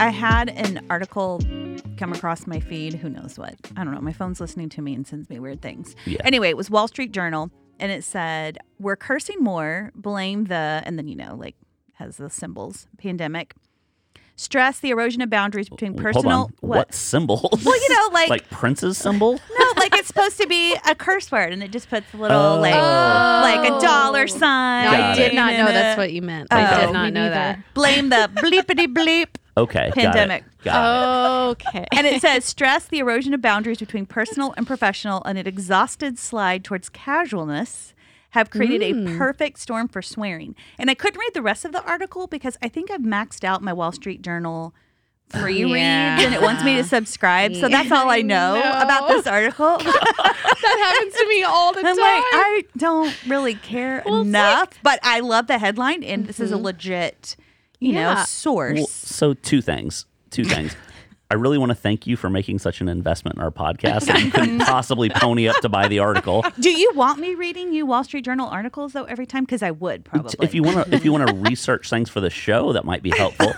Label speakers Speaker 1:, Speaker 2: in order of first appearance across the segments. Speaker 1: I had an article come across my feed. Who knows what? I don't know. My phone's listening to me and sends me weird things.
Speaker 2: Yeah.
Speaker 1: Anyway, it was Wall Street Journal, and it said, "We're cursing more. Blame the and then you know like has the symbols pandemic." Stress the erosion of boundaries between
Speaker 2: Wait,
Speaker 1: personal.
Speaker 2: Hold on. What? symbol?
Speaker 1: Well, you know, like-
Speaker 2: like Prince's symbol.
Speaker 1: No, like it's supposed to be a curse word, and it just puts a little
Speaker 2: Oh.
Speaker 1: like
Speaker 2: Oh.
Speaker 1: like a dollar sign.
Speaker 2: No, I
Speaker 1: and
Speaker 2: Got did it.
Speaker 1: a-
Speaker 3: you meant.
Speaker 1: Oh.
Speaker 3: not know that.
Speaker 1: Blame the bleepity bleep,
Speaker 2: Okay.
Speaker 1: Pandemic. Oh.
Speaker 2: Got it. Got it.
Speaker 3: Okay.
Speaker 1: and it says stress the erosion of boundaries between personal and professional, and an exhausted slide towards casualness. Have created
Speaker 3: Mm.
Speaker 1: a perfect storm for swearing, and I couldn't read the rest of the article because I think I've maxed out my Wall Street Journal free
Speaker 3: Yeah.
Speaker 1: reads, and it wants me to subscribe. So that's all I know
Speaker 3: No.
Speaker 1: about this article.
Speaker 3: that happens to me all the
Speaker 1: I'm
Speaker 3: time.
Speaker 1: like, I don't really care
Speaker 3: Well, it's
Speaker 1: enough, but I love the headline, and this is a legit, you know,
Speaker 3: Yeah.
Speaker 1: source.
Speaker 2: Well, so two things. Two things. I really want to thank you for making such an investment in our podcast that you couldn't possibly pony up to buy the article.
Speaker 1: Do you want me reading you Wall Street Journal articles though every time? Because I would probably.
Speaker 2: If you want to, if you want to research things for the show, that might be helpful.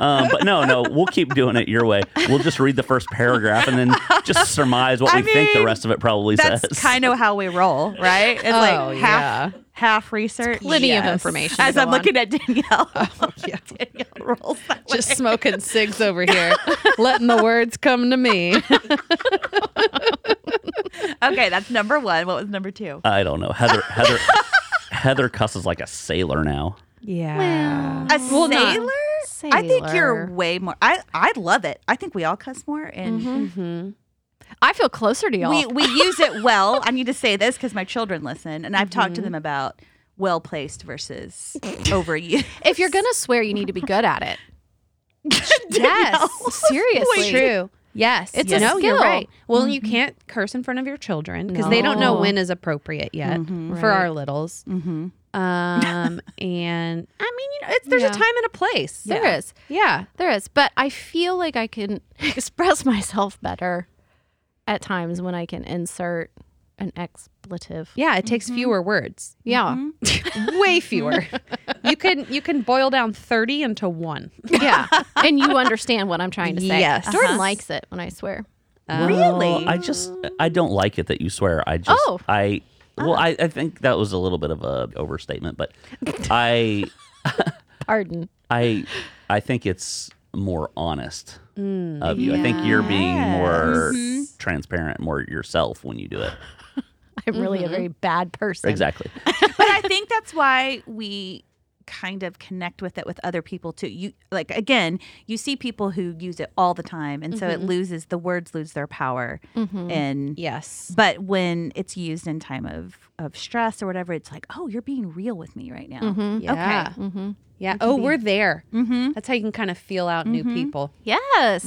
Speaker 2: Um, but no, no, we'll keep doing it your way. We'll just read the first paragraph and then just surmise what
Speaker 1: I
Speaker 2: we think the
Speaker 1: mean,
Speaker 2: rest of it probably
Speaker 1: that's
Speaker 2: says.
Speaker 1: kind of how we roll, right? It's
Speaker 3: Oh,
Speaker 1: like half
Speaker 3: yeah.
Speaker 1: half research,
Speaker 3: plenty of information to
Speaker 1: As
Speaker 3: go
Speaker 1: I'm
Speaker 3: on. Oh,
Speaker 1: looking at Danielle, Danielle rolls that way.
Speaker 3: Just smoking cigs over here, letting the words come to me.
Speaker 1: Okay, that's number one. What was number two?
Speaker 3: Uh,
Speaker 2: I don't know. Heather Heather Heather cusses like a sailor now.
Speaker 3: Yeah.
Speaker 1: A
Speaker 3: Well, not
Speaker 1: sailor? I think
Speaker 3: sailor.
Speaker 1: you're way more. I I love it. I think we all cuss more, and
Speaker 3: Mm-hmm.
Speaker 4: I feel closer to y'all.
Speaker 1: we we use it well. I need to say this because my children listen, and I've talked to
Speaker 3: Mm-hmm.
Speaker 1: them about well placed versus overused.
Speaker 4: if you're gonna swear, you need to be good at it.
Speaker 3: Yes, seriously.
Speaker 4: Wait.
Speaker 3: True. Yes,
Speaker 4: It's
Speaker 3: yes.
Speaker 4: a
Speaker 3: No, you're
Speaker 4: skill.
Speaker 3: right. Well, you can't curse in front of your children because they don't know
Speaker 4: No.
Speaker 3: when is appropriate yet for our littles. Um, and I mean, you know, it's there's
Speaker 4: Yeah.
Speaker 3: a time and a place.
Speaker 4: There is,
Speaker 3: yeah. Yeah.
Speaker 4: there is. But I feel like I can express myself better at times when I can insert an expletive.
Speaker 3: Yeah, it takes fewer words.
Speaker 4: Yeah,
Speaker 3: Way fewer. you can you can boil down 30 into 1.
Speaker 4: yeah. and you understand what I'm trying to say.
Speaker 3: Yes.
Speaker 4: Jordan
Speaker 3: Uh-huh.
Speaker 4: likes it when I swear.
Speaker 3: Uh,
Speaker 1: Really?
Speaker 2: I just I don't like it that you swear. I just
Speaker 4: Oh.
Speaker 2: I well
Speaker 3: Ah.
Speaker 2: I, I think that was a little bit of a overstatement, but I
Speaker 4: Pardon.
Speaker 2: I I think it's more honest
Speaker 3: Mm.
Speaker 2: of you. I think you're being more
Speaker 3: Mm-hmm.
Speaker 2: transparent, more yourself when you do it.
Speaker 4: I'm really a very bad person.
Speaker 2: Exactly.
Speaker 1: but I think that's why we kind of connect with it with other people too. You like again, you see people who use it all the time and so it loses the words lose their power and
Speaker 3: Mm-hmm. Yes.
Speaker 1: but when it's used in time of of stress or whatever, it's like, "Oh, you're being real with me right now."
Speaker 3: Mm-hmm.
Speaker 1: Okay.
Speaker 3: Yeah. Yeah. Oh, we're there. Mm-hmm. That's how you can kind of feel out new people.
Speaker 4: Yes.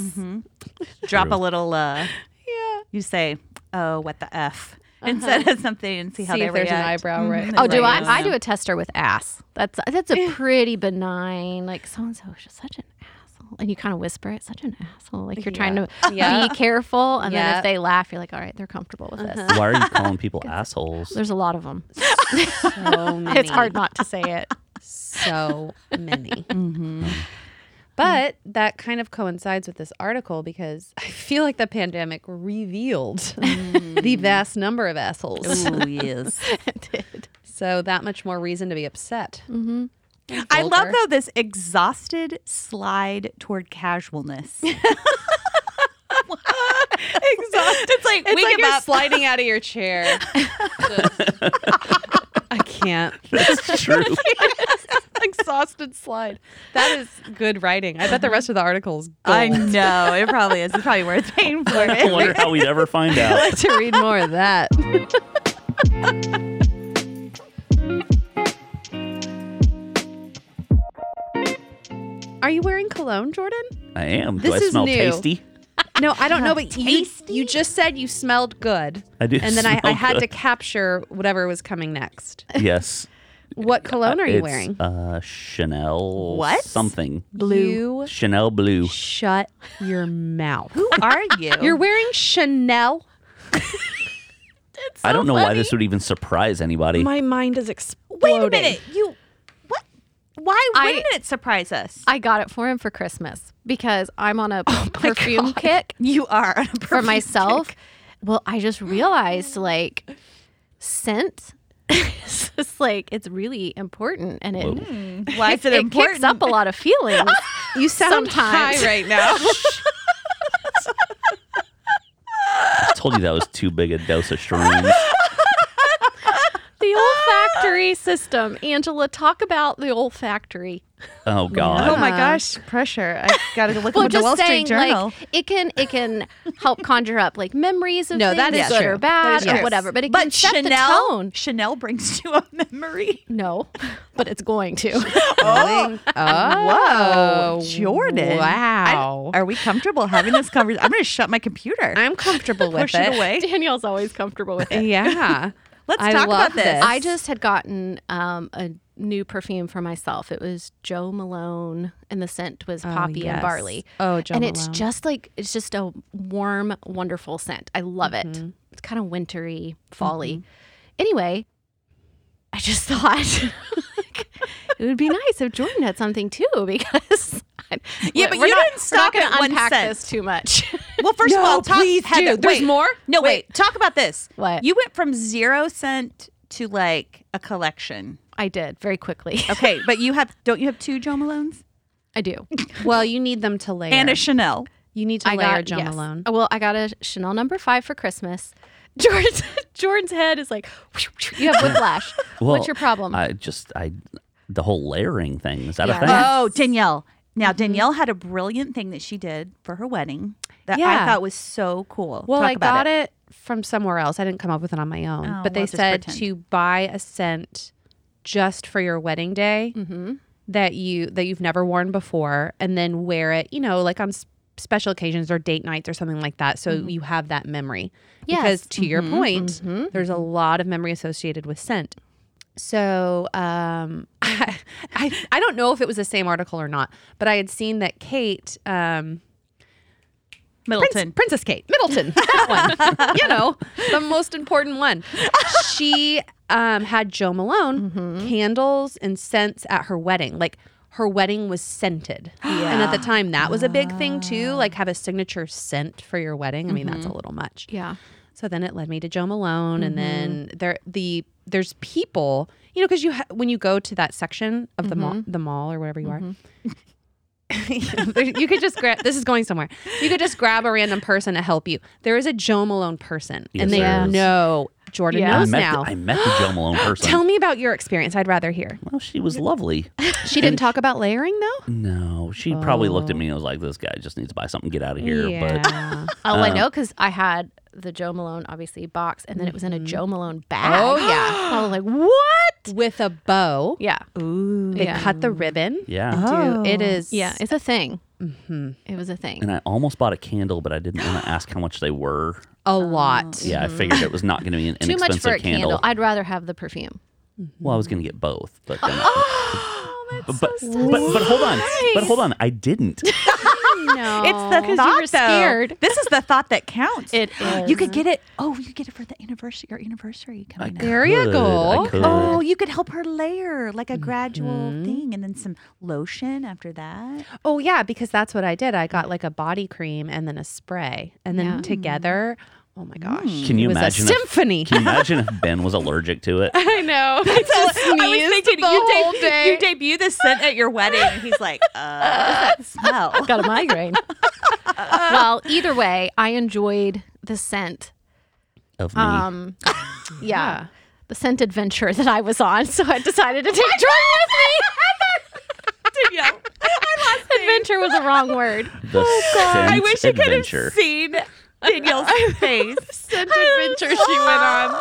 Speaker 1: Drop
Speaker 2: True.
Speaker 1: a little uh
Speaker 3: Yeah. Uh-huh.
Speaker 1: you say, "Oh, what the f?" instead of something and see how
Speaker 3: See
Speaker 1: they
Speaker 3: if there's an
Speaker 1: react.
Speaker 3: eyebrow right.
Speaker 4: Oh, do
Speaker 3: raised.
Speaker 4: I? I do a tester with ass. That's that's a pretty benign. Like so and so is just such an asshole, and you kind of whisper it, such an asshole. Like you're trying to
Speaker 3: Yeah.
Speaker 4: be careful, and then
Speaker 3: Yeah.
Speaker 4: if they laugh, you're like, all right, they're comfortable with this.
Speaker 2: Why are you calling people assholes?
Speaker 4: There's a lot of them.
Speaker 3: So many.
Speaker 4: It's hard not to say it.
Speaker 3: so many.
Speaker 1: Mm-hmm.
Speaker 3: But that kind of coincides with this article because I feel like the pandemic revealed
Speaker 1: Mm.
Speaker 3: the vast number of assholes.
Speaker 1: Ooh, yes.
Speaker 4: It did.
Speaker 3: So that much more reason to be upset.
Speaker 1: Mm-hmm. I love
Speaker 3: Vulgar.
Speaker 1: though this exhausted slide toward casualness. exhausted. It's like
Speaker 3: It's
Speaker 1: we
Speaker 3: like
Speaker 1: give
Speaker 3: you're
Speaker 1: up.
Speaker 3: sliding out of your chair. I can't.
Speaker 2: That's true.
Speaker 3: Exhausted slide. That is good writing. I bet the rest of the article is gold.
Speaker 1: I know it probably is. It's probably worth paying for
Speaker 2: I
Speaker 1: it.
Speaker 2: wonder how we'd ever find out.
Speaker 3: like to read more of that. Are you wearing cologne, Jordan?
Speaker 2: I am. Do
Speaker 3: This
Speaker 2: I
Speaker 3: is
Speaker 2: smell
Speaker 3: new.
Speaker 2: tasty?
Speaker 3: No, I don't know, but you,
Speaker 1: Tasty?
Speaker 3: you just said you smelled good.
Speaker 2: I do
Speaker 3: And then I, I
Speaker 2: smell
Speaker 3: had to
Speaker 2: good.
Speaker 3: capture whatever was coming next.
Speaker 2: Yes.
Speaker 3: What cologne are you
Speaker 2: It's,
Speaker 3: wearing?
Speaker 2: Uh, Chanel.
Speaker 1: What?
Speaker 2: Something.
Speaker 3: Blue.
Speaker 2: Chanel blue.
Speaker 3: shut your mouth.
Speaker 1: Who are you?
Speaker 3: You're wearing Chanel.
Speaker 2: I don't know why this would even surprise anybody.
Speaker 3: My mind is
Speaker 1: Wait
Speaker 3: exploding.
Speaker 1: a minute. You what? Why
Speaker 4: I-
Speaker 1: wouldn't it surprise us?
Speaker 4: I got it for him for Christmas because I'm on a perfume kick
Speaker 1: you are on a
Speaker 4: for
Speaker 1: perfume
Speaker 4: myself.
Speaker 1: kick.
Speaker 4: Well, I just realized like scent is just, like it's really important and it
Speaker 1: Why is it,
Speaker 4: it
Speaker 1: important?
Speaker 4: kicks up a lot of feelings.
Speaker 3: You sound
Speaker 4: Sometimes.
Speaker 3: high right now.
Speaker 2: I told you that was too big a dose of shrooms.
Speaker 4: the olfactory system. Angela, talk about the olfactory.
Speaker 2: Oh
Speaker 1: Oh
Speaker 2: God.
Speaker 1: my gosh, pressure! I got to look
Speaker 4: Well,
Speaker 1: up the
Speaker 4: just
Speaker 1: Wall Street
Speaker 4: saying,
Speaker 1: Journal.
Speaker 4: like it can it can help conjure up like memories of
Speaker 3: No,
Speaker 4: things
Speaker 3: that is
Speaker 4: good
Speaker 3: true.
Speaker 4: or bad
Speaker 3: That is
Speaker 4: or
Speaker 3: true.
Speaker 4: whatever. But it can
Speaker 1: but
Speaker 4: set
Speaker 1: Chanel,
Speaker 4: the tone.
Speaker 1: Chanel brings to a memory.
Speaker 4: No, but it's going to.
Speaker 3: oh,
Speaker 1: Oh, Whoa, Jordan! I-
Speaker 3: Wow.
Speaker 1: are we comfortable having this conversation? I'm going to shut my computer.
Speaker 3: I'm comfortable with
Speaker 1: push it away.
Speaker 4: Danielle's always comfortable with it.
Speaker 3: Yeah.
Speaker 1: Let's
Speaker 3: I
Speaker 1: talk
Speaker 3: love
Speaker 1: about this.
Speaker 3: this.
Speaker 4: I just had gotten um, a new perfume for myself. It was Joe Malone, and the scent
Speaker 1: Oh,
Speaker 4: was poppy and
Speaker 3: yes.
Speaker 4: barley.
Speaker 3: Oh, Joe
Speaker 4: and it's
Speaker 3: Malone.
Speaker 4: just like it's just a warm, wonderful scent. I love
Speaker 1: Mm-hmm.
Speaker 4: it. It's kind of wintry, fally. Anyway, I just thought it would be nice if Jordan had something too, because I,
Speaker 1: Yeah, but
Speaker 4: we're
Speaker 1: you
Speaker 4: not,
Speaker 1: didn't stop
Speaker 4: We're not
Speaker 1: at
Speaker 4: gonna
Speaker 1: one
Speaker 4: unpack
Speaker 1: scent.
Speaker 4: this too much.
Speaker 1: Well, first of
Speaker 3: No,
Speaker 1: all, talk,
Speaker 3: please do.
Speaker 1: Heather,
Speaker 3: There's
Speaker 1: wait.
Speaker 3: more?
Speaker 1: No, wait. Talk about this.
Speaker 4: What?
Speaker 1: You went from zero scent to like a collection.
Speaker 4: I did very quickly.
Speaker 1: Okay, but you have don't you have two Joe Malones
Speaker 4: I do.
Speaker 3: Well, you need them to layer.
Speaker 1: and a Chanel?
Speaker 3: you need to
Speaker 4: I
Speaker 3: layer
Speaker 4: got
Speaker 3: Joe
Speaker 4: yes. Uh,
Speaker 3: Malone.
Speaker 4: Well, I got a Chanel number five for Christmas. Jordan's, Jordan's head is like, you have whiplash.
Speaker 2: Well,
Speaker 4: What's your problem?
Speaker 2: I just I the whole layering thing is that a
Speaker 4: Yeah.
Speaker 2: thing?
Speaker 4: Yes.
Speaker 1: Oh, Danielle.
Speaker 3: Mm-hmm.
Speaker 1: Now Danielle had a brilliant thing that she did for her wedding that I
Speaker 3: Yeah.
Speaker 1: thought was so cool.
Speaker 3: Well,
Speaker 1: Talk
Speaker 3: I
Speaker 1: about
Speaker 3: got it. from somewhere else. I didn't come up with it on my own.
Speaker 1: Oh,
Speaker 3: but they
Speaker 1: well, just
Speaker 3: said
Speaker 1: pretend.
Speaker 3: to buy a scent just for your wedding day
Speaker 1: Mm-hmm.
Speaker 3: that you that you've never worn before, and then wear it. You know, like on s- special occasions or date nights or something like that.
Speaker 1: Mm-hmm.
Speaker 3: So you have that memory. Because
Speaker 4: Yes.
Speaker 3: to your point, there's a
Speaker 1: Mm-hmm.
Speaker 3: lot of memory associated with scent. So um, I, I I don't know if it was the same article or not, but I had seen that Kate. Um,
Speaker 1: Middleton.
Speaker 3: Prince- Princess Kate Middleton. That one. you know, the most important one. She um, had Joe Malone candles and scents at her wedding. Like her wedding was scented. And at the time, that was a big thing too. Like have a signature scent for your wedding. I mean, that's a little much.
Speaker 4: yeah.
Speaker 3: So then it led me to Joe Malone, and then there the there's people, you know, because you ha- when you go to that section of the mall, the mall or wherever you are, there- you could just grab. This is going somewhere. You could just grab a random person to help you. There is a Joe Malone person,
Speaker 2: Yes,
Speaker 3: and they
Speaker 2: there is.
Speaker 3: know Jordan
Speaker 4: Yeah.
Speaker 2: I
Speaker 3: knows
Speaker 2: met
Speaker 3: now.
Speaker 2: the, I met the Joe Malone person.
Speaker 3: Tell me about your experience. I'd rather hear.
Speaker 2: well, she was lovely.
Speaker 3: She didn't talk about layering though.
Speaker 2: No, she probably looked at me and was like, "This guy just needs to buy something, get out of here." But
Speaker 3: Yeah.
Speaker 4: Oh, I know because I had the Joe Malone, obviously, box, and then it was in a Joe Malone bag.
Speaker 3: Oh, yeah.
Speaker 4: I was like, what?
Speaker 3: With a bow,
Speaker 4: Yeah.
Speaker 1: Ooh.
Speaker 3: they
Speaker 4: Yeah.
Speaker 3: cut the ribbon.
Speaker 2: yeah,
Speaker 1: Oh.
Speaker 3: Dude, it is.
Speaker 4: Yeah. It's a thing. It was a thing.
Speaker 2: and I almost bought a candle, but I didn't want to ask how much they were.
Speaker 3: a lot.
Speaker 2: Yeah, I figured it was not going to be an
Speaker 4: Too much
Speaker 2: inexpensive
Speaker 4: for a candle. I'd rather have the perfume.
Speaker 2: Well, I was going to get both, but then but, but, but but hold on, but hold on, I didn't.
Speaker 3: No.
Speaker 1: It's the
Speaker 4: 'Cause
Speaker 1: thought
Speaker 4: you
Speaker 1: Though.
Speaker 4: were scared.
Speaker 1: This is the thought that counts.
Speaker 4: It
Speaker 1: You could get it. Oh, you get it for the anniversary. Your anniversary coming up.
Speaker 3: There you
Speaker 2: Could,
Speaker 3: go.
Speaker 2: I could.
Speaker 1: Oh, you could help her layer like a gradual
Speaker 4: Mm-hmm.
Speaker 1: thing, and then some lotion after that.
Speaker 3: Oh yeah, because that's what I did. I got like a body cream and then a spray, and then
Speaker 4: Yeah.
Speaker 3: together. Oh my gosh!
Speaker 2: Can you
Speaker 3: it was
Speaker 2: imagine
Speaker 3: a
Speaker 2: if-
Speaker 3: symphony?
Speaker 2: Can you imagine if Ben was allergic to it?
Speaker 4: I know. I just
Speaker 1: you, de- you debut this scent at your wedding, and he's like, uh, what's that smell?
Speaker 4: got a migraine. well, either way, I enjoyed the scent.
Speaker 2: Of me,
Speaker 4: Um, yeah, the scent adventure that I was on. So I decided to take Jordan with me.
Speaker 1: Danielle, I lost
Speaker 4: adventure was the wrong word.
Speaker 2: the scent
Speaker 1: I wish you could
Speaker 2: adventure.
Speaker 1: have seen Danielle's face.
Speaker 4: Scent adventure she went on.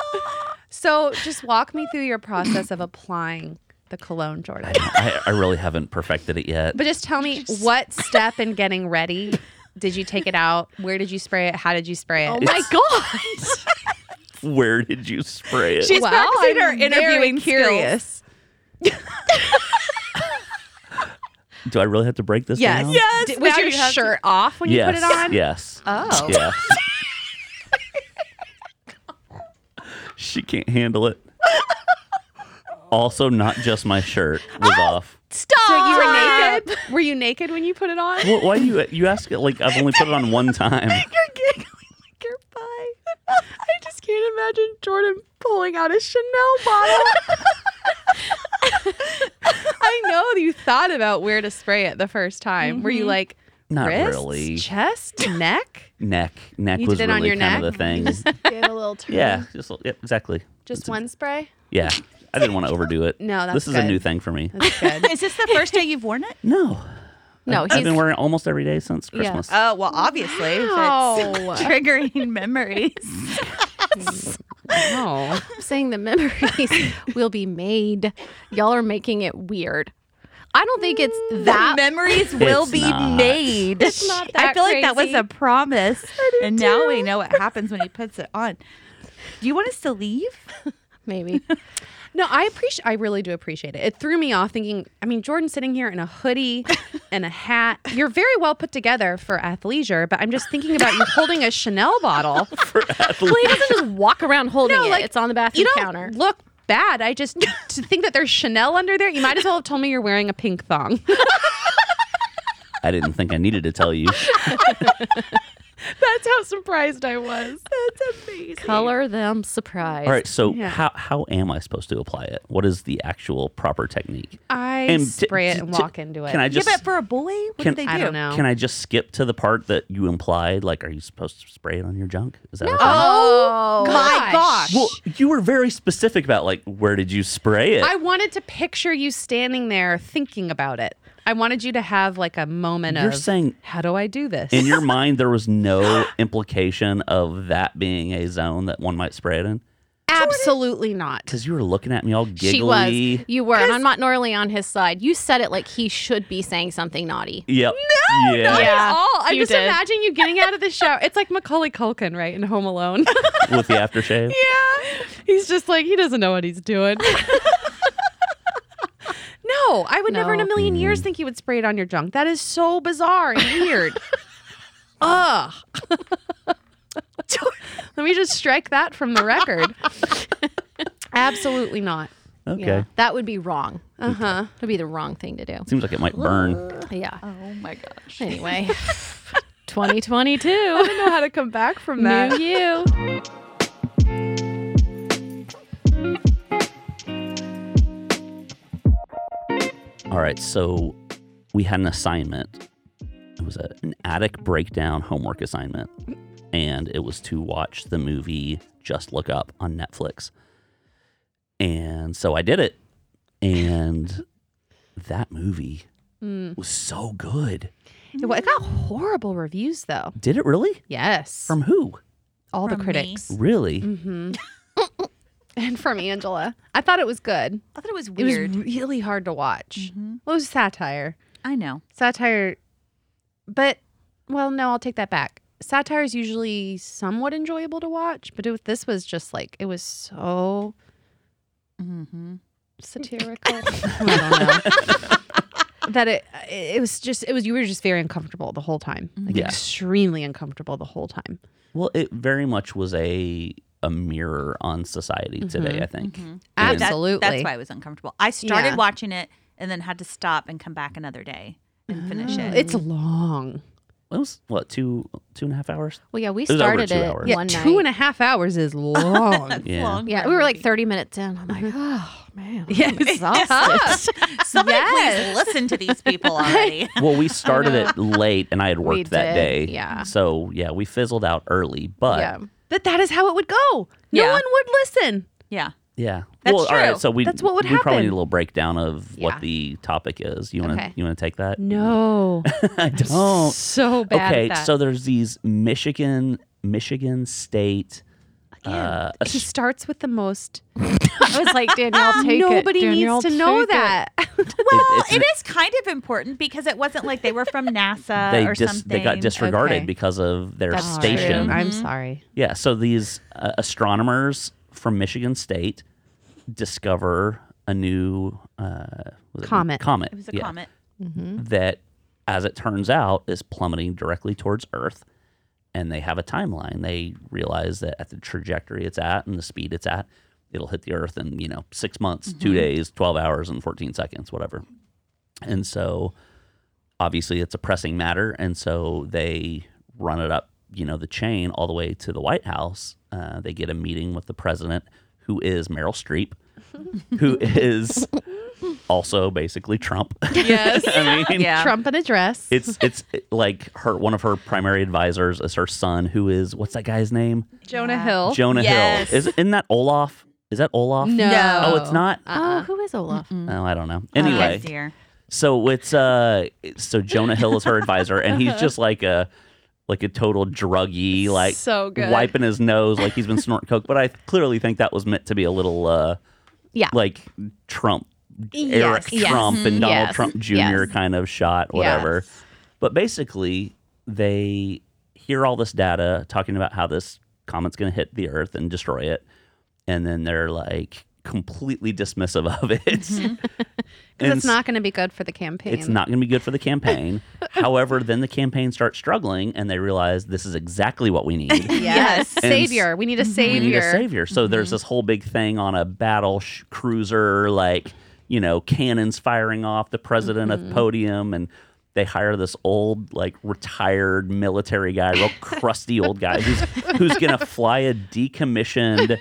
Speaker 3: so just walk me through your process of applying the cologne, Jordan.
Speaker 2: I, I really haven't perfected it yet.
Speaker 3: But just tell me what step in getting ready did you take it out? Where did you spray it? How did you spray it?
Speaker 4: Oh my god!
Speaker 2: Where did you spray it?
Speaker 1: She's
Speaker 3: Well,
Speaker 1: practicing her
Speaker 3: I'm very
Speaker 1: interviewing
Speaker 3: curious.
Speaker 1: skills.
Speaker 2: Do I really have to break this
Speaker 3: Yes.
Speaker 2: down?
Speaker 1: Yes,
Speaker 3: Did- was
Speaker 1: now
Speaker 3: your
Speaker 1: you have to-
Speaker 3: shirt off when
Speaker 2: Yes.
Speaker 3: you put it on?
Speaker 2: Yes.
Speaker 3: Oh.
Speaker 2: Yes. she can't handle it. Also, not just my shirt was off.
Speaker 4: Stop.
Speaker 3: So you were naked? Were you naked when you put it on?
Speaker 2: Well, why you you ask it like I've only put it on one time?
Speaker 4: You're giggling like you're bi.
Speaker 3: I just can't imagine Jordan pulling out a Chanel bottle. I know you thought about where to spray it the first time. Were you like
Speaker 2: Not
Speaker 3: wrists,
Speaker 2: really.
Speaker 3: chest, neck?
Speaker 2: Neck neck
Speaker 3: You
Speaker 2: was
Speaker 3: did it on
Speaker 2: really
Speaker 3: your
Speaker 2: kind
Speaker 3: neck?
Speaker 2: of the thing.
Speaker 4: Get a little turn.
Speaker 2: yeah, just yeah, exactly.
Speaker 3: Just
Speaker 2: It's a-
Speaker 3: one spray?
Speaker 2: Yeah, I didn't want to overdo it.
Speaker 3: No, that's
Speaker 2: this is a
Speaker 3: good.
Speaker 2: new thing for me.
Speaker 3: That's good.
Speaker 1: Is this the first day you've worn it?
Speaker 2: No,
Speaker 4: No,
Speaker 2: I've been
Speaker 4: he's-
Speaker 2: wearing it almost every day since Christmas.
Speaker 1: Oh, well, obviously. if it's
Speaker 4: Wow.
Speaker 1: triggering memories.
Speaker 3: no.
Speaker 4: I'm saying the memories will be made. Y'all are making it weird. I don't think it's
Speaker 1: Mm.
Speaker 4: that.
Speaker 1: memories will
Speaker 2: It's
Speaker 1: be
Speaker 2: not.
Speaker 1: made.
Speaker 4: It's not
Speaker 1: I
Speaker 4: that
Speaker 1: feel like that was
Speaker 4: crazy.
Speaker 1: a promise. And now we know what happens when he puts it on. Do you want us to leave?
Speaker 4: maybe.
Speaker 3: No, I appreciate. I really do appreciate it. It threw me off thinking. I mean, Jordan sitting here in a hoodie and a hat. You're very well put together for athleisure, but I'm just thinking about you holding a Chanel bottle.
Speaker 4: Well, he doesn't just walk around holding
Speaker 3: No,
Speaker 4: it.
Speaker 3: like,
Speaker 4: it's on the bathroom
Speaker 3: You don't
Speaker 4: counter.
Speaker 3: look bad. I just to think that there's Chanel under there. You might as well have told me you're wearing a pink thong.
Speaker 2: I didn't think I needed to tell you.
Speaker 3: That's how surprised I was.
Speaker 1: That's amazing.
Speaker 4: Color them surprised.
Speaker 2: All right, so how how am I supposed to apply it? What is the actual proper technique?
Speaker 3: I
Speaker 2: And t-
Speaker 3: spray
Speaker 2: t-
Speaker 3: it and
Speaker 2: t-
Speaker 3: walk into it.
Speaker 2: Can I
Speaker 1: Yeah,
Speaker 2: just
Speaker 1: but for a boy, what
Speaker 2: Can-
Speaker 1: do they do?
Speaker 2: I
Speaker 3: I don't know.
Speaker 2: Can I just skip to the part that you implied? Like, are you supposed to spray it on your junk? Is that what that-
Speaker 4: Oh,
Speaker 1: My gosh.
Speaker 2: Well, you were very specific about like where did you spray it?
Speaker 3: I wanted to picture you standing there thinking about it. I wanted you to have like a moment
Speaker 2: You're
Speaker 3: of
Speaker 2: saying
Speaker 3: how do I do this?
Speaker 2: in your mind there was no implication of that being a zone that one might spray it in
Speaker 3: Absolutely not.
Speaker 2: because you were looking at me all giggly.
Speaker 4: She was. You were, and I'm not normally on his side. You said it like he should be saying something naughty.
Speaker 2: Yep. yeah.
Speaker 4: not
Speaker 3: At all. I'm
Speaker 4: you
Speaker 3: just
Speaker 4: did.
Speaker 3: imagining you getting out of the shower. It's like Macaulay Culkin, right, in Home Alone.
Speaker 2: With the aftershave.
Speaker 3: yeah. He's just like, he doesn't know what he's doing. no, I would never in a
Speaker 4: No.
Speaker 3: 1000000
Speaker 1: Mm-hmm.
Speaker 3: years think you would spray it on your junk. That is so bizarre and weird. Ugh. Let me just strike that from the record. Absolutely not.
Speaker 2: Okay.
Speaker 3: Yeah.
Speaker 4: That would be wrong. Uh huh. Would be the wrong thing to do.
Speaker 2: Seems like it might burn.
Speaker 4: Yeah.
Speaker 1: oh my gosh.
Speaker 4: Anyway, 2022.
Speaker 3: I don't know how to come back from that.
Speaker 4: New you.
Speaker 2: All right. So we had an assignment. It was a, an attic breakdown homework assignment, and it was to watch the movie Just Look Up on Netflix. And so I did it, and that movie
Speaker 1: Mm.
Speaker 2: was so good.
Speaker 3: It, wa- it got horrible reviews though.
Speaker 2: Did it really?
Speaker 3: Yes, from
Speaker 2: From who?
Speaker 3: all
Speaker 1: From me.
Speaker 3: the critics
Speaker 1: Mm.
Speaker 3: Mm-hmm.
Speaker 2: Really?
Speaker 3: and from Angela. I thought it was good.
Speaker 1: I thought it was
Speaker 3: It
Speaker 1: weird. Mm-hmm.
Speaker 3: was really hard to watch. Well, it was satire.
Speaker 1: I know.
Speaker 3: Satire, but well, no, I'll take that back. Satire is usually somewhat enjoyable to watch, but it, this was just like it was so
Speaker 1: Mm-hmm.
Speaker 3: satirical. I don't know. that it it was just it was you were just very uncomfortable the whole time, like
Speaker 2: Yeah.
Speaker 3: extremely uncomfortable the whole time.
Speaker 2: Well, it very much was a a mirror on society
Speaker 1: Mm-hmm.
Speaker 2: today. I think.
Speaker 1: That-
Speaker 3: Absolutely,
Speaker 1: that's why I was uncomfortable. I started
Speaker 3: Yeah.
Speaker 1: watching it and then had to stop and come back another day and finish it.
Speaker 3: It's long.
Speaker 2: It was what two two and a half hours.
Speaker 4: Well, yeah, we
Speaker 2: was over
Speaker 4: started
Speaker 2: two
Speaker 4: it
Speaker 2: hours.
Speaker 4: one
Speaker 2: Yeah,
Speaker 4: night.
Speaker 3: two and a half hours is long.
Speaker 2: Yeah.
Speaker 1: Long
Speaker 4: yeah,
Speaker 1: for a
Speaker 4: we were like
Speaker 1: movie.
Speaker 4: 30 minutes in. I'm like,
Speaker 3: Mm-hmm.
Speaker 4: oh man, I'm
Speaker 3: Yes.
Speaker 4: exhausted.
Speaker 1: Somebody
Speaker 3: Yes.
Speaker 1: please listen to these people already.
Speaker 2: Well, we started it late, and I had worked that
Speaker 4: did,
Speaker 2: day.
Speaker 4: yeah.
Speaker 2: So yeah, we fizzled out early, but
Speaker 4: yeah.
Speaker 2: yeah.
Speaker 3: but that is how it would go. No
Speaker 1: Yeah.
Speaker 3: one would listen.
Speaker 1: yeah.
Speaker 2: Well,
Speaker 1: That's
Speaker 2: all
Speaker 1: true.
Speaker 2: right. So we
Speaker 3: That's what would
Speaker 2: we probably
Speaker 3: happen.
Speaker 2: need a little breakdown of
Speaker 4: Yeah.
Speaker 2: what the topic is. You want to
Speaker 4: Okay.
Speaker 2: you want to take that?
Speaker 3: No.
Speaker 2: I don't.
Speaker 3: so bad.
Speaker 2: Okay.
Speaker 3: at that.
Speaker 2: So there's these Michigan Michigan State. Uh,
Speaker 3: he starts with the most.
Speaker 4: I was like, Danielle, take it.
Speaker 3: Nobody
Speaker 4: Danielle,
Speaker 3: needs to know
Speaker 4: take it."
Speaker 3: that.
Speaker 2: well,
Speaker 1: It is kind of important because it wasn't like they were from NASA
Speaker 2: They
Speaker 1: or
Speaker 2: dis-
Speaker 1: something.
Speaker 2: they got disregarded
Speaker 3: Uh, Okay.
Speaker 2: because of their
Speaker 4: That's true.
Speaker 2: station.
Speaker 3: I'm sorry.
Speaker 2: Yeah, so these uh, astronomers from Michigan State discover a new uh, was it-
Speaker 3: Comet.
Speaker 2: Comet.
Speaker 1: It was a
Speaker 2: yeah,
Speaker 1: comet.
Speaker 2: that, as it turns out, is plummeting directly towards Earth. And they have a timeline. They realize that at the trajectory it's at and the speed it's at, it'll hit the earth in you know six months, two days, twelve hours, and fourteen seconds, whatever. And so, obviously, it's a pressing matter, and so they run it up, you know, the chain all the way to the White House. Uh, they get a meeting with the president, who is Meryl Streep, who is also basically Trump.
Speaker 3: Yes.
Speaker 2: I mean,
Speaker 1: Yeah.
Speaker 3: Trump in a dress.
Speaker 2: it's it's like her one of her primary advisors is her son, who is what's that guy's name?
Speaker 3: Jonah
Speaker 1: Yeah.
Speaker 3: Hill.
Speaker 2: Jonah
Speaker 1: Yes.
Speaker 2: Hill. Is isn't that Olaf? Is that Olaf?
Speaker 3: Oh, no.
Speaker 1: No.
Speaker 2: Oh, it's not.
Speaker 4: Oh, who is Olaf?
Speaker 2: Oh, I don't know.
Speaker 1: Oh,
Speaker 2: Anyway,
Speaker 1: dear.
Speaker 2: so it's uh, so Jonah Hill is her advisor, and he's just like a like a total druggy, like
Speaker 4: So good.
Speaker 2: wiping his nose like he's been snorting coke. But I clearly think that was meant to be a little uh,
Speaker 4: Yeah.
Speaker 2: like Trump, Eric
Speaker 4: Yes, yes.
Speaker 2: Trump, and Donald
Speaker 4: Yes,
Speaker 2: Trump Jr.
Speaker 4: yes.
Speaker 2: kind of shot, whatever. But basically, they hear all this data talking about how this comet's going to hit the Earth and destroy it, and then they're like completely dismissive of it.
Speaker 4: Mm-hmm.
Speaker 3: Because
Speaker 2: And
Speaker 3: it's not going to be good for the campaign.
Speaker 2: it's not going to be good for the campaign. However, then the campaign starts struggling, and they realize this is exactly what we need.
Speaker 3: Yes.
Speaker 2: And s-
Speaker 3: savior. We need a
Speaker 2: we
Speaker 3: savior.
Speaker 2: need a savior. So
Speaker 1: Mm-hmm.
Speaker 2: there's this whole big thing on a battle sh- cruiser, like you know, cannons firing off the president
Speaker 1: Mm-hmm.
Speaker 2: at the podium, and they hire this old, like retired military guy, real crusty old guy, who's who's gonna fly a decommissioned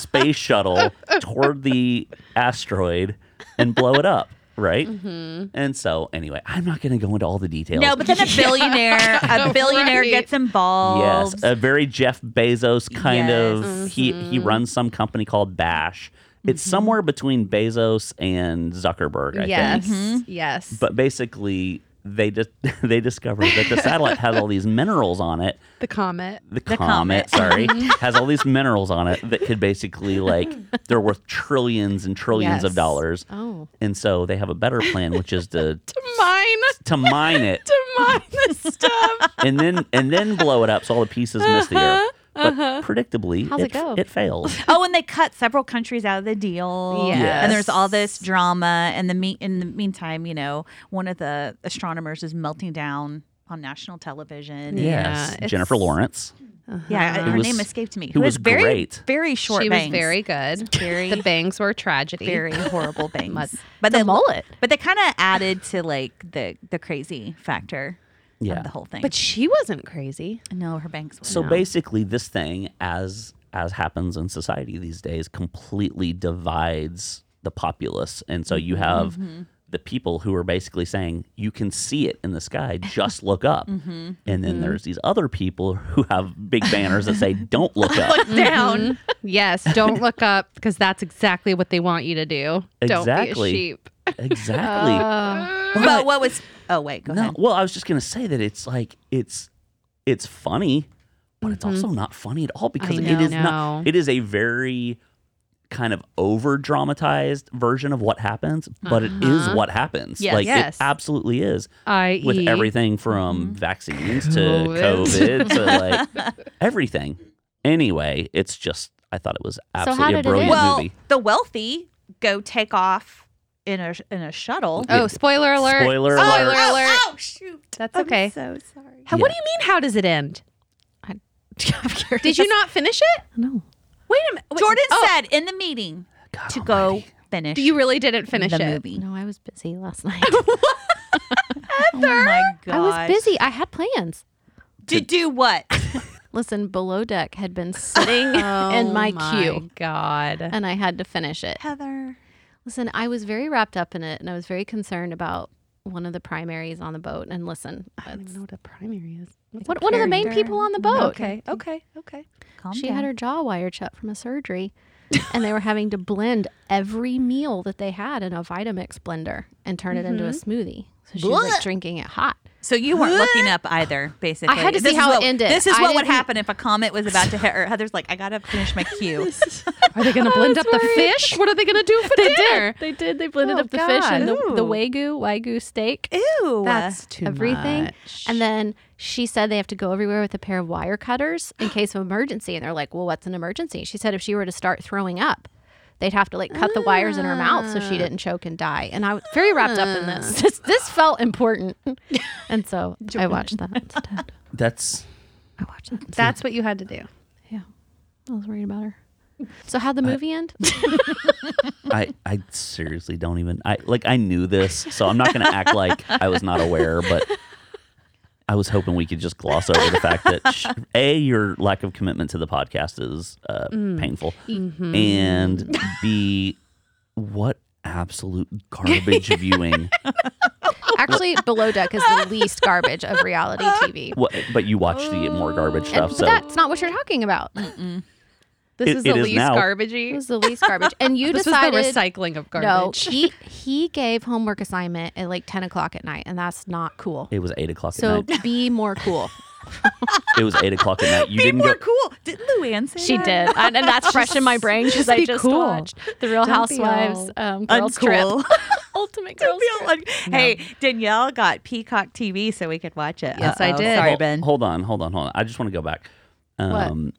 Speaker 2: space shuttle toward the asteroid and blow it up. Right, and so anyway, I'm not going to go into all the details.
Speaker 1: Mm-hmm. No, but then a billionaire, a billionaire
Speaker 3: Right.
Speaker 1: gets involved.
Speaker 2: Yes, a very Jeff Bezos kind of.
Speaker 1: Yes.
Speaker 2: He he runs some company called Bash. It's somewhere between Bezos and Zuckerberg, I
Speaker 3: Yes.
Speaker 2: think.
Speaker 3: Yes.
Speaker 2: But basically, they just they discovered that the satellite has all these minerals on it.
Speaker 3: the comet.
Speaker 2: The,
Speaker 1: comet.
Speaker 2: comet, sorry, has all these minerals on it that could basically like they're worth trillions and trillions
Speaker 3: Yes.
Speaker 2: of dollars.
Speaker 4: Oh.
Speaker 2: And so they have a better plan, which is to
Speaker 3: Mine.
Speaker 2: to mine it
Speaker 3: To mine this stuff.
Speaker 2: and then and then blow it up so all the pieces miss the earth. But predictably,
Speaker 4: How's it
Speaker 2: f-
Speaker 4: go?
Speaker 2: it fails.
Speaker 1: Oh, and they cut several countries out of the deal.
Speaker 3: Yes.
Speaker 1: And there's all this drama. And the me- in the meantime, you know, one of the astronomers is melting down on national television.
Speaker 3: Yeah.
Speaker 2: Yes,
Speaker 3: it's-
Speaker 2: Jennifer Lawrence.
Speaker 1: Yeah,
Speaker 3: Uh-huh.
Speaker 1: her
Speaker 2: Who was-
Speaker 1: name escaped me.
Speaker 2: who
Speaker 1: Who
Speaker 2: was
Speaker 1: was very,
Speaker 2: great.
Speaker 1: very short
Speaker 3: she
Speaker 1: bangs.
Speaker 3: was very good.
Speaker 1: Very-
Speaker 3: The bangs were a tragedy.
Speaker 1: very horrible bangs.
Speaker 4: But
Speaker 1: But
Speaker 4: the
Speaker 1: they,
Speaker 4: mullet.
Speaker 1: but they kind of added to like the the crazy factor
Speaker 2: Yeah.
Speaker 1: of the whole thing.
Speaker 3: But she wasn't crazy.
Speaker 1: no, her bangs. Were
Speaker 2: So basically, this thing, as as happens in society these days, completely divides the populace, and so
Speaker 3: Mm-hmm.
Speaker 2: you have the people who are basically saying, "You can see it in the sky, just look up."
Speaker 3: Mm-hmm.
Speaker 2: And then there's these other people who have big banners that say, "Don't look up."
Speaker 3: Down. Mm-hmm. yes. Don't look up because that's exactly what they want you to do. Don't be a
Speaker 2: Exactly.
Speaker 3: sheep. Oh,
Speaker 2: exactly.
Speaker 3: Uh,
Speaker 1: but what was? Oh wait, go
Speaker 2: No,
Speaker 1: ahead.
Speaker 2: well, I was just gonna say that it's like it's it's funny, but it's also not funny at all because it
Speaker 3: Mm-hmm. know.
Speaker 2: is
Speaker 3: No.
Speaker 2: not. It is a very kind of over dramatized version of what happens, but it is what happens.
Speaker 1: Yes.
Speaker 2: Like
Speaker 3: Yes.
Speaker 2: it absolutely is.
Speaker 3: I
Speaker 2: With
Speaker 3: eat-
Speaker 2: everything from vaccines to
Speaker 3: COVID.
Speaker 2: COVID to like everything. Anyway, it's just I thought it was
Speaker 4: how
Speaker 2: absolutely a
Speaker 4: did it
Speaker 2: brilliant
Speaker 4: end?
Speaker 1: Well,
Speaker 2: movie.
Speaker 1: the wealthy go take off in a in a shuttle.
Speaker 3: Oh, spoiler alert.
Speaker 2: Spoiler
Speaker 3: Spoiler
Speaker 2: alert.
Speaker 3: alert.
Speaker 1: Oh, oh, shoot.
Speaker 3: That's
Speaker 1: I'm
Speaker 3: okay.
Speaker 1: so sorry.
Speaker 3: oh. How- What do you mean? How does it end?
Speaker 1: I'm curious.
Speaker 3: Did you not finish it?
Speaker 4: No.
Speaker 3: Wait a minute. Wait-
Speaker 1: Jordan
Speaker 3: oh,
Speaker 1: said in the meeting
Speaker 2: God
Speaker 1: to
Speaker 2: almighty.
Speaker 1: go finish
Speaker 3: you really didn't finish
Speaker 1: the
Speaker 3: it.
Speaker 1: movie.
Speaker 4: No, I was busy last night.
Speaker 1: Oh my god.
Speaker 4: I was busy. I had plans.
Speaker 1: To do what?
Speaker 4: Listen, Below Deck had been sitting in my, queue
Speaker 3: Oh God.
Speaker 4: and I had to finish it.
Speaker 1: Heather.
Speaker 4: Listen, I was very wrapped up in it and I was very concerned about one of the primaries on the boat. And listen,
Speaker 3: I don't even know what a primary is.
Speaker 4: what, one of the main people on the boat.
Speaker 3: Okay. Okay. Okay.
Speaker 1: Calm
Speaker 4: She
Speaker 1: down.
Speaker 4: had her jaw wired shut from a surgery, and they were having to blend every meal that they had in a Vitamix blender and turn it into a smoothie. So she was like drinking it hot.
Speaker 1: So you weren't looking up either, basically.
Speaker 4: I had to
Speaker 1: This
Speaker 4: see
Speaker 1: is
Speaker 4: how it
Speaker 1: what-
Speaker 4: ended.
Speaker 1: This is
Speaker 4: I
Speaker 1: what would
Speaker 4: didn't-
Speaker 1: happen if a comet was about to hit her. Heather's like, I gotta finish my cue.
Speaker 3: Are they going to blend up the fish? What are they going to do for
Speaker 4: They
Speaker 3: dinner?
Speaker 4: did. They did. They blended
Speaker 3: Oh,
Speaker 4: up the fish and the,
Speaker 1: God.
Speaker 4: the
Speaker 1: Ooh.
Speaker 4: wagyu wagyu steak.
Speaker 1: Ew.
Speaker 3: That's too
Speaker 4: everything.
Speaker 3: much.
Speaker 4: And then she said they have to go everywhere with a pair of wire cutters in case of emergency. And they're like, well, what's an emergency? She said if she were to start throwing up, they'd have to like cut the wires in her mouth so she didn't choke and die. And I was very wrapped up in this. This, this felt important. And so I watched that instead.
Speaker 2: That's
Speaker 4: I watched that.
Speaker 3: That's what you had to do.
Speaker 4: Yeah. I was worried about her. So how'd the movie end?
Speaker 2: I, I seriously don't even I like I knew this, so I'm not gonna act like I was not aware, but I was hoping we could just gloss over the fact that sh- a your lack of commitment to the podcast is uh, painful, and b what absolute garbage viewing.
Speaker 4: Actually, Below Deck is the least garbage of reality TV.
Speaker 2: What, but you watch the more garbage
Speaker 4: And,
Speaker 2: stuff,
Speaker 4: but
Speaker 2: so
Speaker 4: that's not what you're talking about.
Speaker 3: This
Speaker 2: It-
Speaker 3: is
Speaker 2: it
Speaker 3: the
Speaker 2: is
Speaker 3: least
Speaker 2: now.
Speaker 4: It
Speaker 3: garbagey.
Speaker 4: was the least garbage. And you
Speaker 3: This
Speaker 4: decided
Speaker 3: was the recycling of
Speaker 4: No,
Speaker 3: garbage.
Speaker 4: he he gave homework assignment at like ten o'clock at night, and that's not cool.
Speaker 2: it was eight o'clock
Speaker 4: So
Speaker 2: at night.
Speaker 4: be more cool.
Speaker 2: It was eight o'clock at night. You
Speaker 1: Be
Speaker 2: didn't
Speaker 1: more
Speaker 2: go.
Speaker 1: cool. Didn't Luann say
Speaker 4: She
Speaker 1: that?
Speaker 4: did, and, and that's fresh in my brain because I
Speaker 3: be
Speaker 4: just
Speaker 3: cool.
Speaker 4: watched the Real
Speaker 3: Don't be
Speaker 4: Housewives
Speaker 3: all
Speaker 4: um, girls
Speaker 1: Uncool.
Speaker 4: trip. Ultimate
Speaker 1: Don't
Speaker 4: girls
Speaker 1: be
Speaker 4: trip.
Speaker 1: all un- Hey, Danielle got Peacock TV so we could watch it.
Speaker 3: Yes, I
Speaker 1: Uh-oh.
Speaker 3: did.
Speaker 1: Sorry,
Speaker 2: Hol-
Speaker 1: Ben.
Speaker 2: Hold on, hold on, hold on. I just want to go back. Um,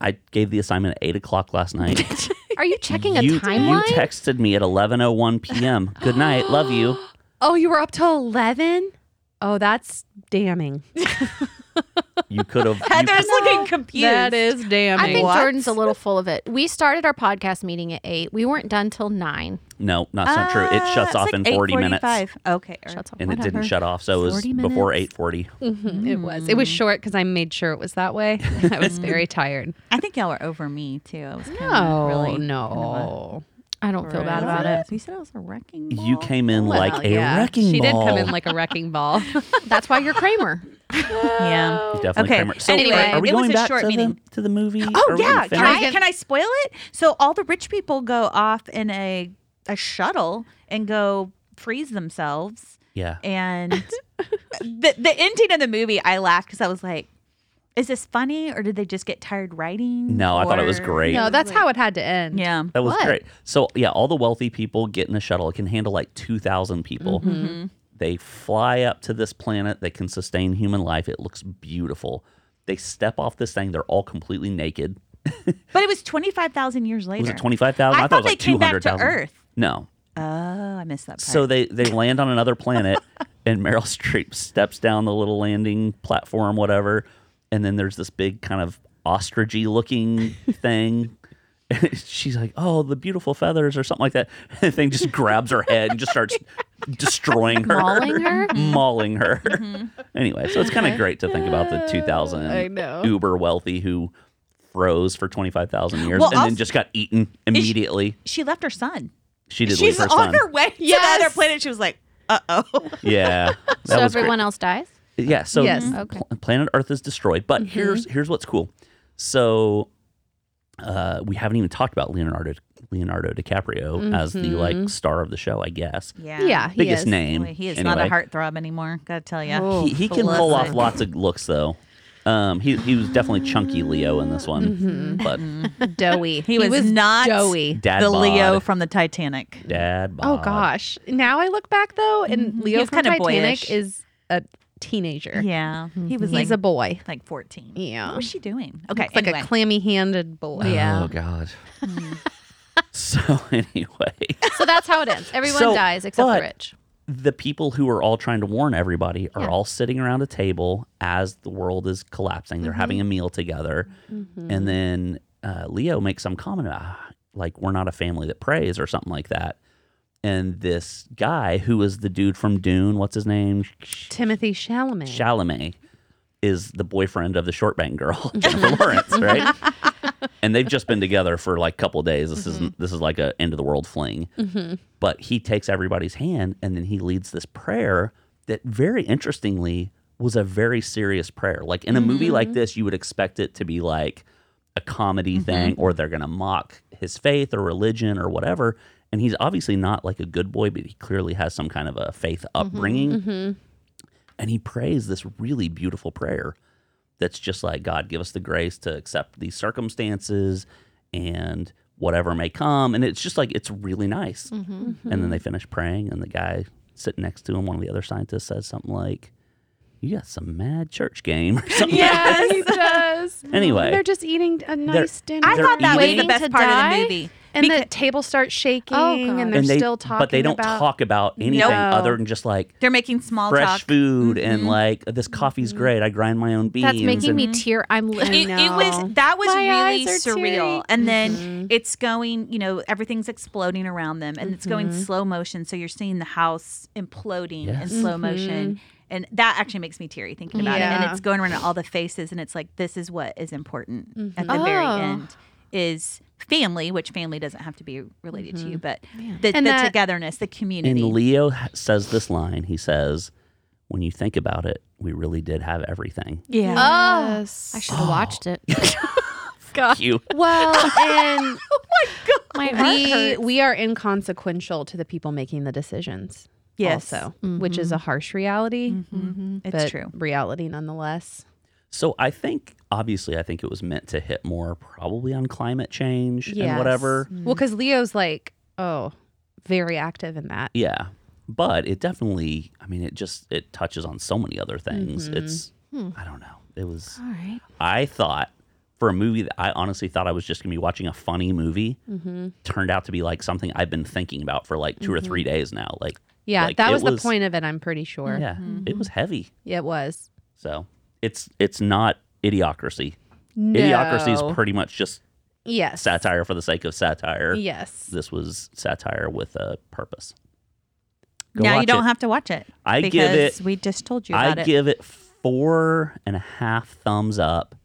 Speaker 2: I gave the assignment at eight o'clock last night.
Speaker 4: Are you checking a
Speaker 2: you, you
Speaker 4: timeline?
Speaker 2: texted me at eleven oh one p.m. Good night, love you.
Speaker 3: Oh, you were up till eleven. Oh, that's damning.
Speaker 2: You could have.
Speaker 1: Heather's looking confused.
Speaker 3: That is damning.
Speaker 4: I think
Speaker 1: What?
Speaker 4: Jordan's a little full of it. We started our podcast meeting at eight. We weren't done till nine.
Speaker 2: No, that's not true. It
Speaker 1: Uh,
Speaker 2: shuts
Speaker 1: it's
Speaker 2: off
Speaker 1: like
Speaker 2: in forty minutes,
Speaker 1: 8:45. Okay. er, or-
Speaker 4: Shuts off.
Speaker 2: and it
Speaker 4: Whatever.
Speaker 2: didn't shut off, so it was
Speaker 4: 40
Speaker 2: before
Speaker 4: minutes.
Speaker 2: eight forty.
Speaker 3: Mhm, It was. It was short because I made sure it was that way. I was very tired.
Speaker 1: I think y'all were over me too. I was kind of really kind of
Speaker 4: I don't
Speaker 1: a-
Speaker 4: feel bad about it.
Speaker 1: You said I was a wrecking ball.
Speaker 2: You came in
Speaker 4: Well,
Speaker 2: like a
Speaker 3: yeah.
Speaker 2: wrecking
Speaker 3: She did
Speaker 2: ball.
Speaker 3: come in like a wrecking ball.
Speaker 4: That's why you're Kramer.
Speaker 1: Yeah.
Speaker 2: You definitely
Speaker 1: Okay,
Speaker 2: Kramer. So
Speaker 1: anyway,
Speaker 2: are, are we
Speaker 1: it was
Speaker 2: going
Speaker 1: a
Speaker 2: back
Speaker 1: short
Speaker 2: to
Speaker 1: meeting.
Speaker 2: the to the movie?
Speaker 1: Oh
Speaker 2: Are we
Speaker 1: yeah. Can
Speaker 2: finished?
Speaker 1: I, can I spoil it? So all the rich people go off in a a shuttle and go freeze themselves.
Speaker 2: yeah.
Speaker 1: and the the ending of the movie, I laughed because I was like, "Is this funny, or did they just get tired writing?"
Speaker 2: No, I thought it was
Speaker 1: Or-
Speaker 2: great.
Speaker 3: No, that's how it had to end.
Speaker 1: Yeah,
Speaker 2: That was
Speaker 4: What?
Speaker 2: great. So yeah, all the wealthy people get in a shuttle. It can handle like two thousand people.
Speaker 1: Mm-hmm.
Speaker 2: They fly up to this planet that can sustain human life. It looks beautiful. They step off this thing. They're all completely naked.
Speaker 1: but it was twenty five thousand years later.
Speaker 2: Was it twenty five thousand?
Speaker 1: I
Speaker 2: I thought
Speaker 1: thought
Speaker 2: it was like
Speaker 1: they came
Speaker 2: two
Speaker 1: back to
Speaker 2: hundred thousand.
Speaker 1: Earth.
Speaker 2: No.
Speaker 1: Oh, I missed that part.
Speaker 2: So they they land on another planet, and Meryl Streep steps down the little landing platform, whatever, and then there's this big kind of ostrichy looking thing. And She's like, "Oh, the beautiful feathers," or something like that. And the thing just grabs her head and just starts destroying her,
Speaker 4: Mauling her?
Speaker 2: mauling her. Anyway, so it's kind of great to think about the 2000
Speaker 3: I know.
Speaker 2: uber wealthy who froze for 25,000 years
Speaker 1: Well,
Speaker 2: and
Speaker 1: also-
Speaker 2: then just got eaten immediately.
Speaker 1: she left her son.
Speaker 2: She did
Speaker 1: She's
Speaker 2: leave her
Speaker 1: on
Speaker 2: son.
Speaker 1: her way to
Speaker 3: Yes.
Speaker 1: the other planet. She was like, "Uh oh."
Speaker 2: Yeah, that
Speaker 4: so
Speaker 2: was great.
Speaker 4: everyone else dies.
Speaker 2: Yeah. So
Speaker 3: Yes. Mm-hmm.
Speaker 2: pl-
Speaker 4: Okay.
Speaker 2: planet Earth is destroyed. But here's here's what's cool. So uh, we haven't even talked about Leonardo Leonardo DiCaprio as
Speaker 3: Mm-hmm.
Speaker 2: the like star of the show, I guess.
Speaker 1: Yeah,
Speaker 3: Yeah. he
Speaker 2: Biggest
Speaker 3: is.
Speaker 2: name.
Speaker 1: Boy, he is not
Speaker 2: anyway.
Speaker 1: a heartthrob anymore. Gotta tell you,
Speaker 3: Oh.
Speaker 2: He, he can pull off
Speaker 1: Listen.
Speaker 2: lots of looks though. Um, he he was definitely chunky Leo in this one,
Speaker 3: Mm-hmm.
Speaker 2: but
Speaker 1: Mm-hmm.
Speaker 3: Doughy.
Speaker 1: He was not-
Speaker 3: doughy.
Speaker 2: dad
Speaker 1: the
Speaker 2: bod,
Speaker 1: Leo from the Titanic.
Speaker 2: dad
Speaker 3: Oh
Speaker 2: bod.
Speaker 3: gosh. Now I look back though, and Leo
Speaker 1: He's
Speaker 3: from
Speaker 1: kinda
Speaker 3: Titanic
Speaker 1: boyish.
Speaker 3: is a teenager.
Speaker 1: Yeah, he was like
Speaker 3: He's a boy.
Speaker 1: like fourteen.
Speaker 3: Yeah.
Speaker 1: what was she doing? Okay,
Speaker 3: It's like
Speaker 1: anyway.
Speaker 3: a clammy-handed boy.
Speaker 2: Oh god. so anyway.
Speaker 4: So that's how it ends. Everyone
Speaker 2: Oh. So,
Speaker 4: dies except
Speaker 2: but-
Speaker 4: the rich.
Speaker 2: the people who are all trying to warn everybody are all sitting around a table as the world is collapsing. They're having a meal together, and then uh, Leo makes some comment about "Ah, like we're not a family that prays or something like that. And this guy who is the dude from Dune, what's his name? Sh-
Speaker 3: Timothy Chalamet.
Speaker 2: Chalamet is the boyfriend of the short bang girl, Jennifer Lawrence, right? and they've just been together for like a couple days. This isn't this is like a end of the world fling. But he takes everybody's hand and then he leads this prayer that very interestingly was a very serious prayer. Like in a movie like this, you would expect it to be like a comedy thing or they're going to mock his faith or religion or whatever. And he's obviously not like a good boy, but he clearly has some kind of a faith upbringing and he prays this really beautiful prayer that's just like god give us the grace to accept these circumstances and whatever may come and it's just like it's really nice and then they finish praying and the guy sitting next to him one of the other scientists says something like you got some mad church game or something
Speaker 3: Yes, he does.
Speaker 2: Anyway.
Speaker 3: They're just eating a nice dinner.
Speaker 1: I
Speaker 2: They're
Speaker 1: thought that was
Speaker 2: eating-
Speaker 1: the best
Speaker 4: Waiting to
Speaker 1: part of
Speaker 4: die?
Speaker 1: the movie.
Speaker 3: and the
Speaker 1: Beca-
Speaker 3: table starts shaking,
Speaker 4: God.
Speaker 3: and they're
Speaker 2: and they,
Speaker 3: still talking.
Speaker 2: but they don't
Speaker 3: about,
Speaker 2: talk about anything
Speaker 1: Nope.
Speaker 2: other than just like
Speaker 1: They're making small
Speaker 2: fresh
Speaker 1: talk.
Speaker 2: food and like this coffee's great. I grind my own beans.
Speaker 4: That's making
Speaker 2: and-
Speaker 4: me tear. I'm li-
Speaker 1: It, it was
Speaker 3: know.
Speaker 1: that was
Speaker 4: My
Speaker 1: really
Speaker 4: eyes are
Speaker 1: surreal,
Speaker 4: teary. Mm-hmm.
Speaker 1: and then it's going. You know, everything's exploding around them, and it's going
Speaker 4: Mm-hmm.
Speaker 1: slow motion. So you're seeing the house imploding in
Speaker 2: Yes.
Speaker 1: slow
Speaker 4: Mm-hmm.
Speaker 1: motion, and that actually makes me teary thinking about it. And
Speaker 3: Yeah.
Speaker 1: it's going around all the faces, and it's like this is what is important at the very
Speaker 4: Oh.
Speaker 1: end is family, which family doesn't have to be related to you, but the, the
Speaker 4: Mm-hmm. And that-
Speaker 1: togetherness, the community.
Speaker 2: And Leo h- says this line. He says, "When you think about it, we really did have everything."
Speaker 1: yeah.
Speaker 4: Yes. I should have watched it. God.
Speaker 2: You
Speaker 3: Well, and
Speaker 4: My
Speaker 3: we we are inconsequential to the people making the decisions.
Speaker 1: Yes.
Speaker 3: also, which is a harsh reality.
Speaker 1: Mm-hmm.
Speaker 4: Oh.
Speaker 1: It's
Speaker 3: but
Speaker 1: true.
Speaker 3: Reality, nonetheless.
Speaker 2: So I think obviously I think it was meant to hit more probably on climate change
Speaker 3: Yes. Mm-hmm.
Speaker 2: and whatever.
Speaker 3: Well, because Leo's like, oh, very active in that.
Speaker 2: Yeah. But it definitely I mean it just it touches on so many other things.
Speaker 3: Mm-hmm.
Speaker 2: It's
Speaker 3: Hmm.
Speaker 2: I don't know. It was
Speaker 4: All right.
Speaker 2: I thought for a movie that I honestly thought I was just going to be watching a funny movie
Speaker 3: Mm-hmm.
Speaker 2: turned out to be like something I've been thinking about for like 2 or 3 days now. Like
Speaker 3: Yeah,
Speaker 2: like,
Speaker 3: that
Speaker 2: it
Speaker 3: was the point of it. I'm pretty Mm-hmm. sure. Mm-hmm.
Speaker 2: Yeah. It was heavy.
Speaker 3: It was.
Speaker 2: So it's it's not idiocracy.
Speaker 3: No.
Speaker 2: Idiocracy is pretty much just
Speaker 3: yes.
Speaker 2: satire for the sake of satire.
Speaker 3: Yes.
Speaker 2: this was satire with a purpose. Go
Speaker 1: Now you
Speaker 2: watch
Speaker 1: don't
Speaker 2: it.
Speaker 1: have to watch it.
Speaker 2: I
Speaker 1: because
Speaker 2: give it-
Speaker 1: We just told you
Speaker 2: I
Speaker 1: about it.
Speaker 2: give it four and a half thumbs up.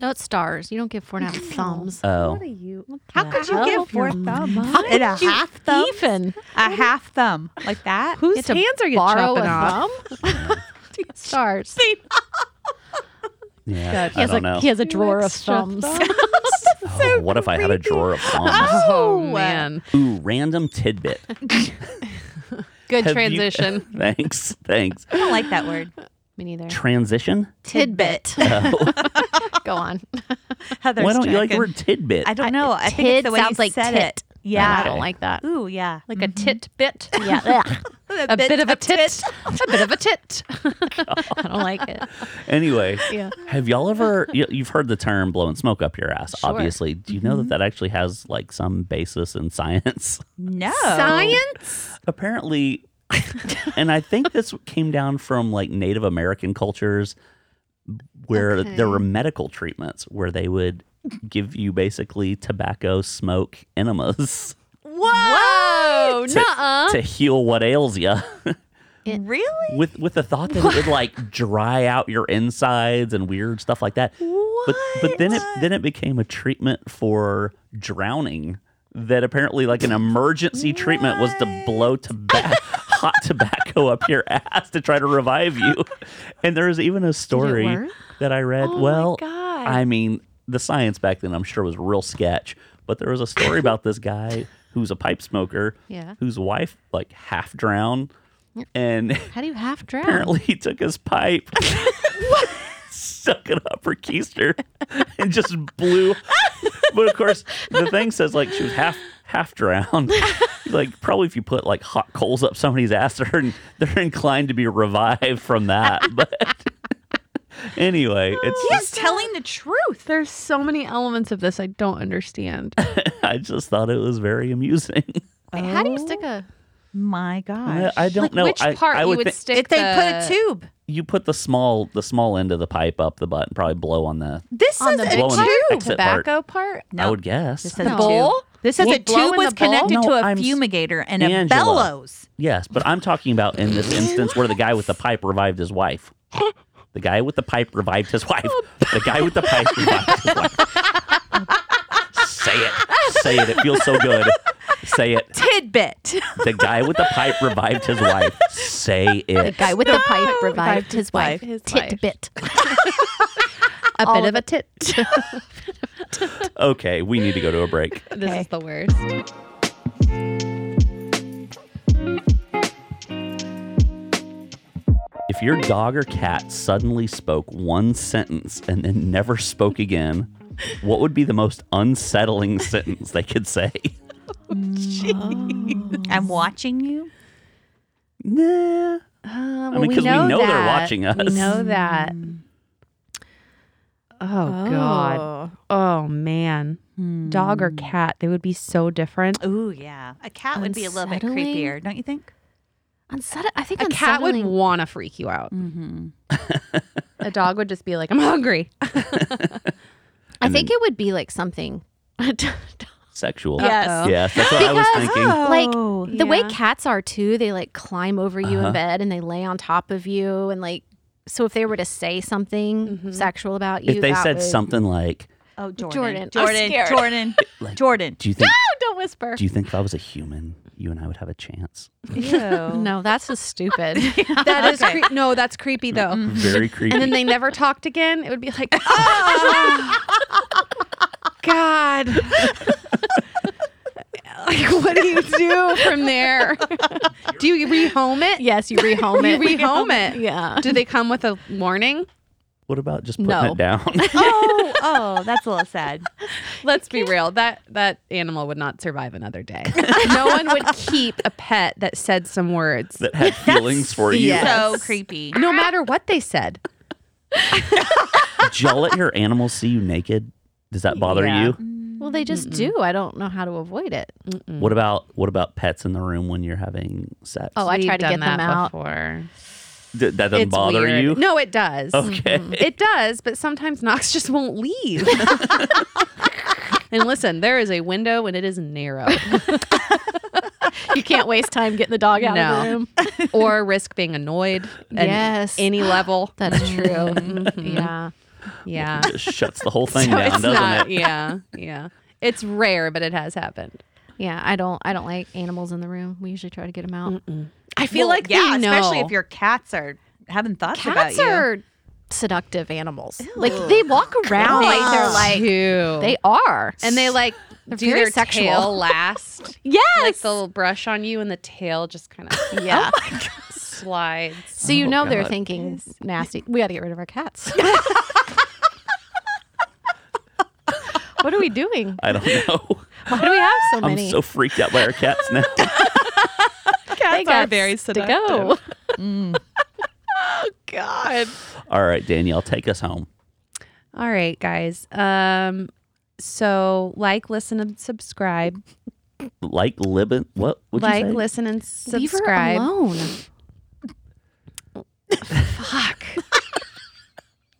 Speaker 4: No, it's stars. You don't give four and a half thumbs.
Speaker 2: Oh,
Speaker 3: are you?
Speaker 1: How could you
Speaker 4: Out
Speaker 1: give
Speaker 4: of
Speaker 1: four
Speaker 4: your
Speaker 1: thumbs?
Speaker 4: mind.
Speaker 1: And a half thumb?
Speaker 4: Even
Speaker 1: A half thumb. Like that?
Speaker 3: Whose
Speaker 4: Get to
Speaker 3: hands are you
Speaker 4: borrow
Speaker 3: chopping
Speaker 4: a
Speaker 3: off?
Speaker 4: thumb. stars.
Speaker 2: yeah.
Speaker 4: He
Speaker 2: I
Speaker 4: has
Speaker 2: don't
Speaker 4: a
Speaker 2: know.
Speaker 4: he has a drawer of thumbs.
Speaker 2: Oh, what if I had a drawer of thumbs?
Speaker 3: Oh
Speaker 1: Oh.
Speaker 3: man.
Speaker 2: Ooh, random tidbit.
Speaker 4: Good
Speaker 2: Have you-
Speaker 4: transition.
Speaker 2: thanks, thanks.
Speaker 1: I don't like that word.
Speaker 4: Me neither.
Speaker 2: Transition. Oh,
Speaker 4: Tidbit. Go on.
Speaker 1: Heather's
Speaker 2: Why don't you like the
Speaker 1: checking.
Speaker 2: word tidbit?
Speaker 1: I don't know. I think it's
Speaker 4: Tid
Speaker 1: the way you
Speaker 4: sounds like
Speaker 1: said
Speaker 4: tit.
Speaker 1: it. Yeah.
Speaker 4: I don't like that.
Speaker 1: Ooh, yeah.
Speaker 4: Like a
Speaker 3: Mm-hmm.
Speaker 4: tit bit. Yeah.
Speaker 1: a,
Speaker 4: a bit, of a tit. a bit of a tit. I don't like it.
Speaker 2: Anyway,
Speaker 4: Yeah.
Speaker 2: have y'all ever? You, you've heard the term "blowing smoke up your ass."
Speaker 4: Sure. Mm-hmm.
Speaker 2: Obviously, do you know that that actually has like some basis in science?
Speaker 1: No.
Speaker 4: Science?
Speaker 2: apparently and i think this came down from like native american cultures where there were medical treatments where they would give you basically tobacco smoke enemas
Speaker 4: Whoa.
Speaker 2: To-
Speaker 4: Nuh-uh.
Speaker 2: to heal what ails you
Speaker 1: Really?
Speaker 2: with with the thought that it would like dry out your insides and weird stuff like that but but then it then it became a treatment for drowning that apparently like an emergency treatment was to blow tobacco hot tobacco up your ass to try to revive you and there's even a story
Speaker 4: work?
Speaker 2: that i read
Speaker 4: Oh my
Speaker 2: well
Speaker 4: God.
Speaker 2: i mean the science back then i'm sure was real sketch but there was a story about this guy who's a pipe smoker
Speaker 4: Yeah.
Speaker 2: whose wife like half drowned and
Speaker 4: How do you half drown?
Speaker 2: apparently he took his pipe, stuck it up her keister, and just blew. but of course, the thing says like she was half half drowned. like probably if you put like hot coals up somebody's ass, they're, they're inclined to be revived from that. But anyway,
Speaker 4: Oh,
Speaker 1: He's
Speaker 2: it's
Speaker 1: telling the truth.
Speaker 3: There's so many elements of this I don't understand.
Speaker 2: I just thought it was very amusing.
Speaker 4: Wait, How do you stick a
Speaker 1: My
Speaker 2: I,
Speaker 1: gosh.
Speaker 2: I don't know.
Speaker 4: which
Speaker 2: I,
Speaker 4: part
Speaker 2: I
Speaker 4: you
Speaker 2: would
Speaker 4: would
Speaker 2: thi-
Speaker 4: stick
Speaker 1: if they
Speaker 4: the-
Speaker 1: put a tube.
Speaker 2: you put the small the small end of the pipe up the butt and probably blow on the.
Speaker 1: This
Speaker 4: On
Speaker 1: says
Speaker 4: the
Speaker 1: a
Speaker 4: big
Speaker 2: Blowing
Speaker 1: tube.
Speaker 2: the
Speaker 3: The
Speaker 2: exit part.
Speaker 3: tobacco part?
Speaker 2: I
Speaker 1: No.
Speaker 2: would guess.
Speaker 1: This says
Speaker 4: No.
Speaker 1: a
Speaker 3: Bowl?
Speaker 1: tube. This says
Speaker 3: Well,
Speaker 1: a
Speaker 3: blow
Speaker 1: tube
Speaker 3: in
Speaker 1: was
Speaker 3: the bowl?
Speaker 1: connected to
Speaker 2: No,
Speaker 1: a
Speaker 2: I'm s-
Speaker 1: fumigator and a
Speaker 2: Angela.
Speaker 1: bellows.
Speaker 2: Yes, but I'm talking about in this instance where the guy with the pipe revived his wife. The guy with the pipe revived his wife. The guy with the pipe revived his wife. Say it. Say it. It feels so good. Say it.
Speaker 1: Tidbit.
Speaker 2: The guy with the pipe revived his wife. Say
Speaker 4: The
Speaker 2: it.
Speaker 4: guy with the pipe revived his wife.
Speaker 3: wife. His wife.
Speaker 4: Titbit.
Speaker 3: A
Speaker 4: All
Speaker 3: bit of
Speaker 4: of
Speaker 3: a tit.
Speaker 2: Okay, we need to go to a break.
Speaker 3: This is the worst.
Speaker 2: If your dog or cat suddenly spoke one sentence and then never spoke again, what would be the most unsettling sentence they could say?
Speaker 1: I'm watching you.
Speaker 2: Nah.
Speaker 3: Uh,
Speaker 2: mean, 'cause we know they're watching
Speaker 3: We
Speaker 2: us.
Speaker 3: know that. Oh, God. Oh man. dog or cat, they would be so different.
Speaker 1: Ooh, yeah. A cat would be a little bit
Speaker 4: Unsettling.
Speaker 1: creepier, don't you think?
Speaker 4: Unsettle- I think
Speaker 3: A cat would
Speaker 4: unsettling-
Speaker 3: want to freak you out.
Speaker 1: Mm-hmm.
Speaker 3: A dog would just be like, I'm hungry.
Speaker 4: I think
Speaker 3: Mm.
Speaker 4: it would be like something.
Speaker 2: Sexual.
Speaker 4: Yes.
Speaker 3: Uh-oh.
Speaker 2: Yes, that's what I was
Speaker 4: Because-
Speaker 2: thinking.
Speaker 4: Like
Speaker 1: Oh.
Speaker 4: the way
Speaker 3: Yeah.
Speaker 4: cats are too, they like climb over you
Speaker 2: Uh-huh.
Speaker 4: in bed and they lay on top of you and like so if they were to say something sexual about you,
Speaker 2: If they
Speaker 4: that
Speaker 2: said
Speaker 4: would-
Speaker 2: something like,
Speaker 1: Oh, Jordan.
Speaker 4: Jordan. I'm
Speaker 1: Jordan.
Speaker 4: scared.
Speaker 1: Jordan.
Speaker 2: like,
Speaker 1: Jordan.
Speaker 2: do you think
Speaker 3: Ah!
Speaker 4: don't whisper.
Speaker 2: do you think if I was a human, you and I would have a chance?
Speaker 1: Ew.
Speaker 4: No, that's just stupid.
Speaker 3: That is cre- no, that's creepy though.
Speaker 2: Very creepy.
Speaker 3: Mm-hmm. And then they never talked again. It would be like, oh, God. like, what do you do from there? do you rehome it?
Speaker 4: yes, you rehome
Speaker 3: You
Speaker 4: it.
Speaker 3: rehome it.
Speaker 4: Yeah.
Speaker 3: Do they come with a warning?
Speaker 2: what about just putting
Speaker 4: No.
Speaker 2: it down?
Speaker 1: oh, oh, that's a little sad.
Speaker 3: Let's be real. That that animal would not survive another day. no one would keep a pet that said some words,
Speaker 2: that had feelings for you.
Speaker 3: yeah.
Speaker 1: So
Speaker 3: Yes.
Speaker 1: creepy.
Speaker 3: no matter what they said.
Speaker 2: Did y'all let your animals see you naked? Does that bother
Speaker 3: Yeah.
Speaker 2: you?
Speaker 4: Well, they just do. I don't know how to avoid it.
Speaker 3: Mm.
Speaker 2: What about what about pets in the room when you're having sex?
Speaker 4: Oh, I try to get them out.
Speaker 3: Before.
Speaker 2: D- that doesn't
Speaker 3: It's
Speaker 2: bother
Speaker 3: weird.
Speaker 2: you.
Speaker 3: No, Mm-hmm. it does.
Speaker 2: Okay.
Speaker 3: It does, but sometimes Knox just won't leave. and listen, there is a window and it is narrow.
Speaker 4: You can't waste time getting the dog out of the
Speaker 3: No.
Speaker 4: room.
Speaker 3: or risk being annoyed at
Speaker 4: Yes.
Speaker 3: any Mm-hmm. level.
Speaker 4: That's true. Yeah.
Speaker 3: yeah.
Speaker 2: It just shuts the whole thing
Speaker 3: So
Speaker 2: down,
Speaker 3: it's
Speaker 2: doesn't
Speaker 3: not,
Speaker 2: it?
Speaker 3: yeah, yeah. It's rare, but it has happened.
Speaker 4: Yeah, I don't I don't like animals in the room. We usually try to get them out.
Speaker 3: I feel
Speaker 1: Well,
Speaker 3: like
Speaker 1: yeah,
Speaker 3: they know.
Speaker 1: especially if your cats are having thoughts about
Speaker 4: Cats
Speaker 1: you.
Speaker 4: are seductive animals. Like they walk around like they're like
Speaker 3: Ew.
Speaker 4: they are.
Speaker 3: and they like
Speaker 4: They're
Speaker 3: do
Speaker 4: very
Speaker 3: their
Speaker 4: sexual.
Speaker 3: tail last.
Speaker 4: yes.
Speaker 3: Like they'll brush on you and the tail just kind of
Speaker 4: yeah.
Speaker 3: slides.
Speaker 4: Oh so you
Speaker 2: Oh,
Speaker 4: know they're
Speaker 2: God.
Speaker 4: thinking nasty. We got to get rid of our cats. what are we doing?
Speaker 2: I don't know.
Speaker 4: Why do we have so
Speaker 2: I'm
Speaker 4: many?
Speaker 2: so freaked out by our cats now.
Speaker 4: they
Speaker 3: Cats are very
Speaker 4: to go.
Speaker 3: God.
Speaker 2: All right, Danielle, take us home.
Speaker 3: All right, guys. Um, so like, listen, and subscribe.
Speaker 2: Like Libin, what would
Speaker 3: Like,
Speaker 2: you say?
Speaker 3: listen, and
Speaker 4: Leave her
Speaker 3: subscribe.
Speaker 4: alone.
Speaker 3: Fuck.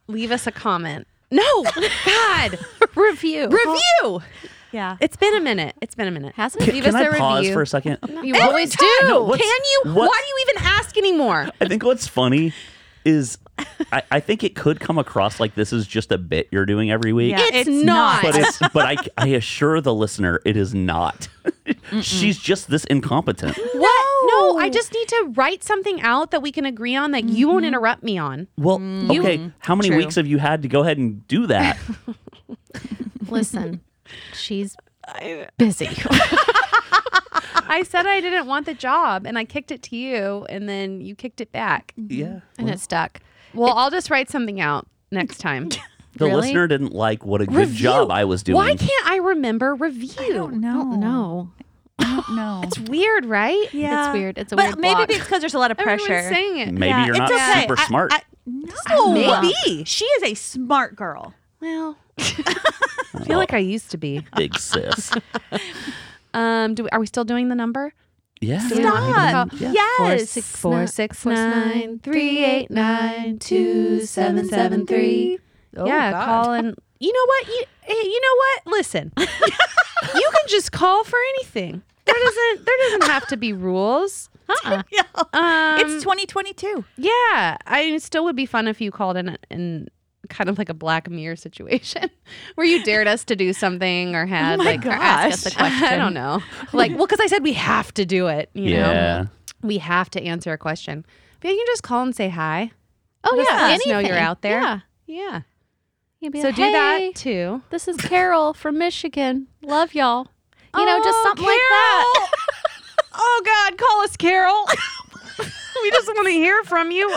Speaker 3: Leave us a comment. No, God.
Speaker 4: Review.
Speaker 3: Review.
Speaker 1: Yeah.
Speaker 3: It's been a minute. It's been a minute.
Speaker 4: Hasn't it?
Speaker 2: Can,
Speaker 3: leave
Speaker 2: can
Speaker 3: us
Speaker 2: I
Speaker 3: a
Speaker 2: pause
Speaker 3: review.
Speaker 2: for a second?
Speaker 4: You always do.
Speaker 2: what's-
Speaker 3: Can you?
Speaker 2: what's-
Speaker 3: Why do you even ask anymore?
Speaker 2: I think what's funny is I, I think it could come across like this is just a bit you're doing every week.
Speaker 1: Yeah,
Speaker 3: It's not.
Speaker 2: But it's but I, I assure the listener it is not. She's just this incompetent.
Speaker 3: What? No, I just need to write something out that we can agree on that you
Speaker 4: Mm-hmm.
Speaker 3: won't interrupt me on.
Speaker 2: Well,
Speaker 3: Mm.
Speaker 2: okay. How many
Speaker 1: True.
Speaker 2: weeks have you had to go ahead and do that?
Speaker 4: Listen, she's busy.
Speaker 3: I said I didn't want the job and I kicked it to you and then you kicked it back.
Speaker 2: yeah.
Speaker 4: and it's stuck.
Speaker 3: Well, I'll just write something out next time.
Speaker 2: The
Speaker 4: Really?
Speaker 2: listener didn't like what a good
Speaker 3: Review.
Speaker 2: job I was doing.
Speaker 3: Why can't I remember
Speaker 1: I don't
Speaker 3: review?
Speaker 1: know.
Speaker 4: No.
Speaker 1: No.
Speaker 3: It's weird, right?
Speaker 1: yeah.
Speaker 4: It's weird. It's a
Speaker 1: but
Speaker 4: weird
Speaker 1: maybe
Speaker 4: block.
Speaker 1: it's because there's a lot of
Speaker 3: Everyone's
Speaker 1: pressure.
Speaker 3: saying it.
Speaker 2: Maybe
Speaker 1: Yeah,
Speaker 2: you're
Speaker 1: it's
Speaker 2: not
Speaker 1: okay.
Speaker 2: super
Speaker 1: I-
Speaker 2: smart.
Speaker 1: I- no.
Speaker 3: Maybe.
Speaker 1: She is a smart girl.
Speaker 3: Well, I feel like I used to be.
Speaker 2: Big sis.
Speaker 3: Um, do we, are we still doing the number?
Speaker 2: Yeah.
Speaker 3: Do we want me to
Speaker 1: Stop.
Speaker 3: call-
Speaker 2: Yeah.
Speaker 3: Four
Speaker 1: Yes.
Speaker 3: six four six nine three eight nine two seven seven three.
Speaker 1: Oh,
Speaker 3: yeah,
Speaker 1: God.
Speaker 3: call and you know what you eh, you know what? Listen, you can just call for anything. There doesn't there doesn't have to be rules.
Speaker 1: Yeah.
Speaker 3: Um,
Speaker 1: it's 2022.
Speaker 3: yeah, I it still would be fun if you called in in kind of like a Black Mirror situation where you dared us to do something or had
Speaker 1: my
Speaker 3: like or ask
Speaker 1: gosh.
Speaker 3: us a question. I don't know, like well, because I said we have to do it. You know?
Speaker 2: Yeah.
Speaker 3: we have to answer a question. But you can just call and say hi.
Speaker 4: oh,
Speaker 3: Just
Speaker 4: yeah.
Speaker 3: let us know you're
Speaker 4: anything.
Speaker 3: out there.
Speaker 4: Yeah.
Speaker 3: Yeah.
Speaker 4: You'd be
Speaker 3: So
Speaker 4: like,
Speaker 3: do
Speaker 4: "Hey,
Speaker 3: that too.
Speaker 4: This is Carol from Michigan. Love y'all. You know, just
Speaker 3: Oh,
Speaker 4: something like that.
Speaker 3: Carol. oh God, call us Carol. we just want to hear from you.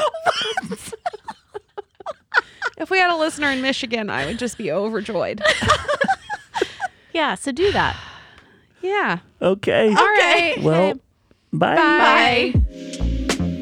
Speaker 3: if we had a listener in Michigan, I would just be overjoyed.
Speaker 4: Yeah. So do that.
Speaker 3: Yeah.
Speaker 2: Okay.
Speaker 3: All right.
Speaker 2: Well, bye.
Speaker 3: Bye.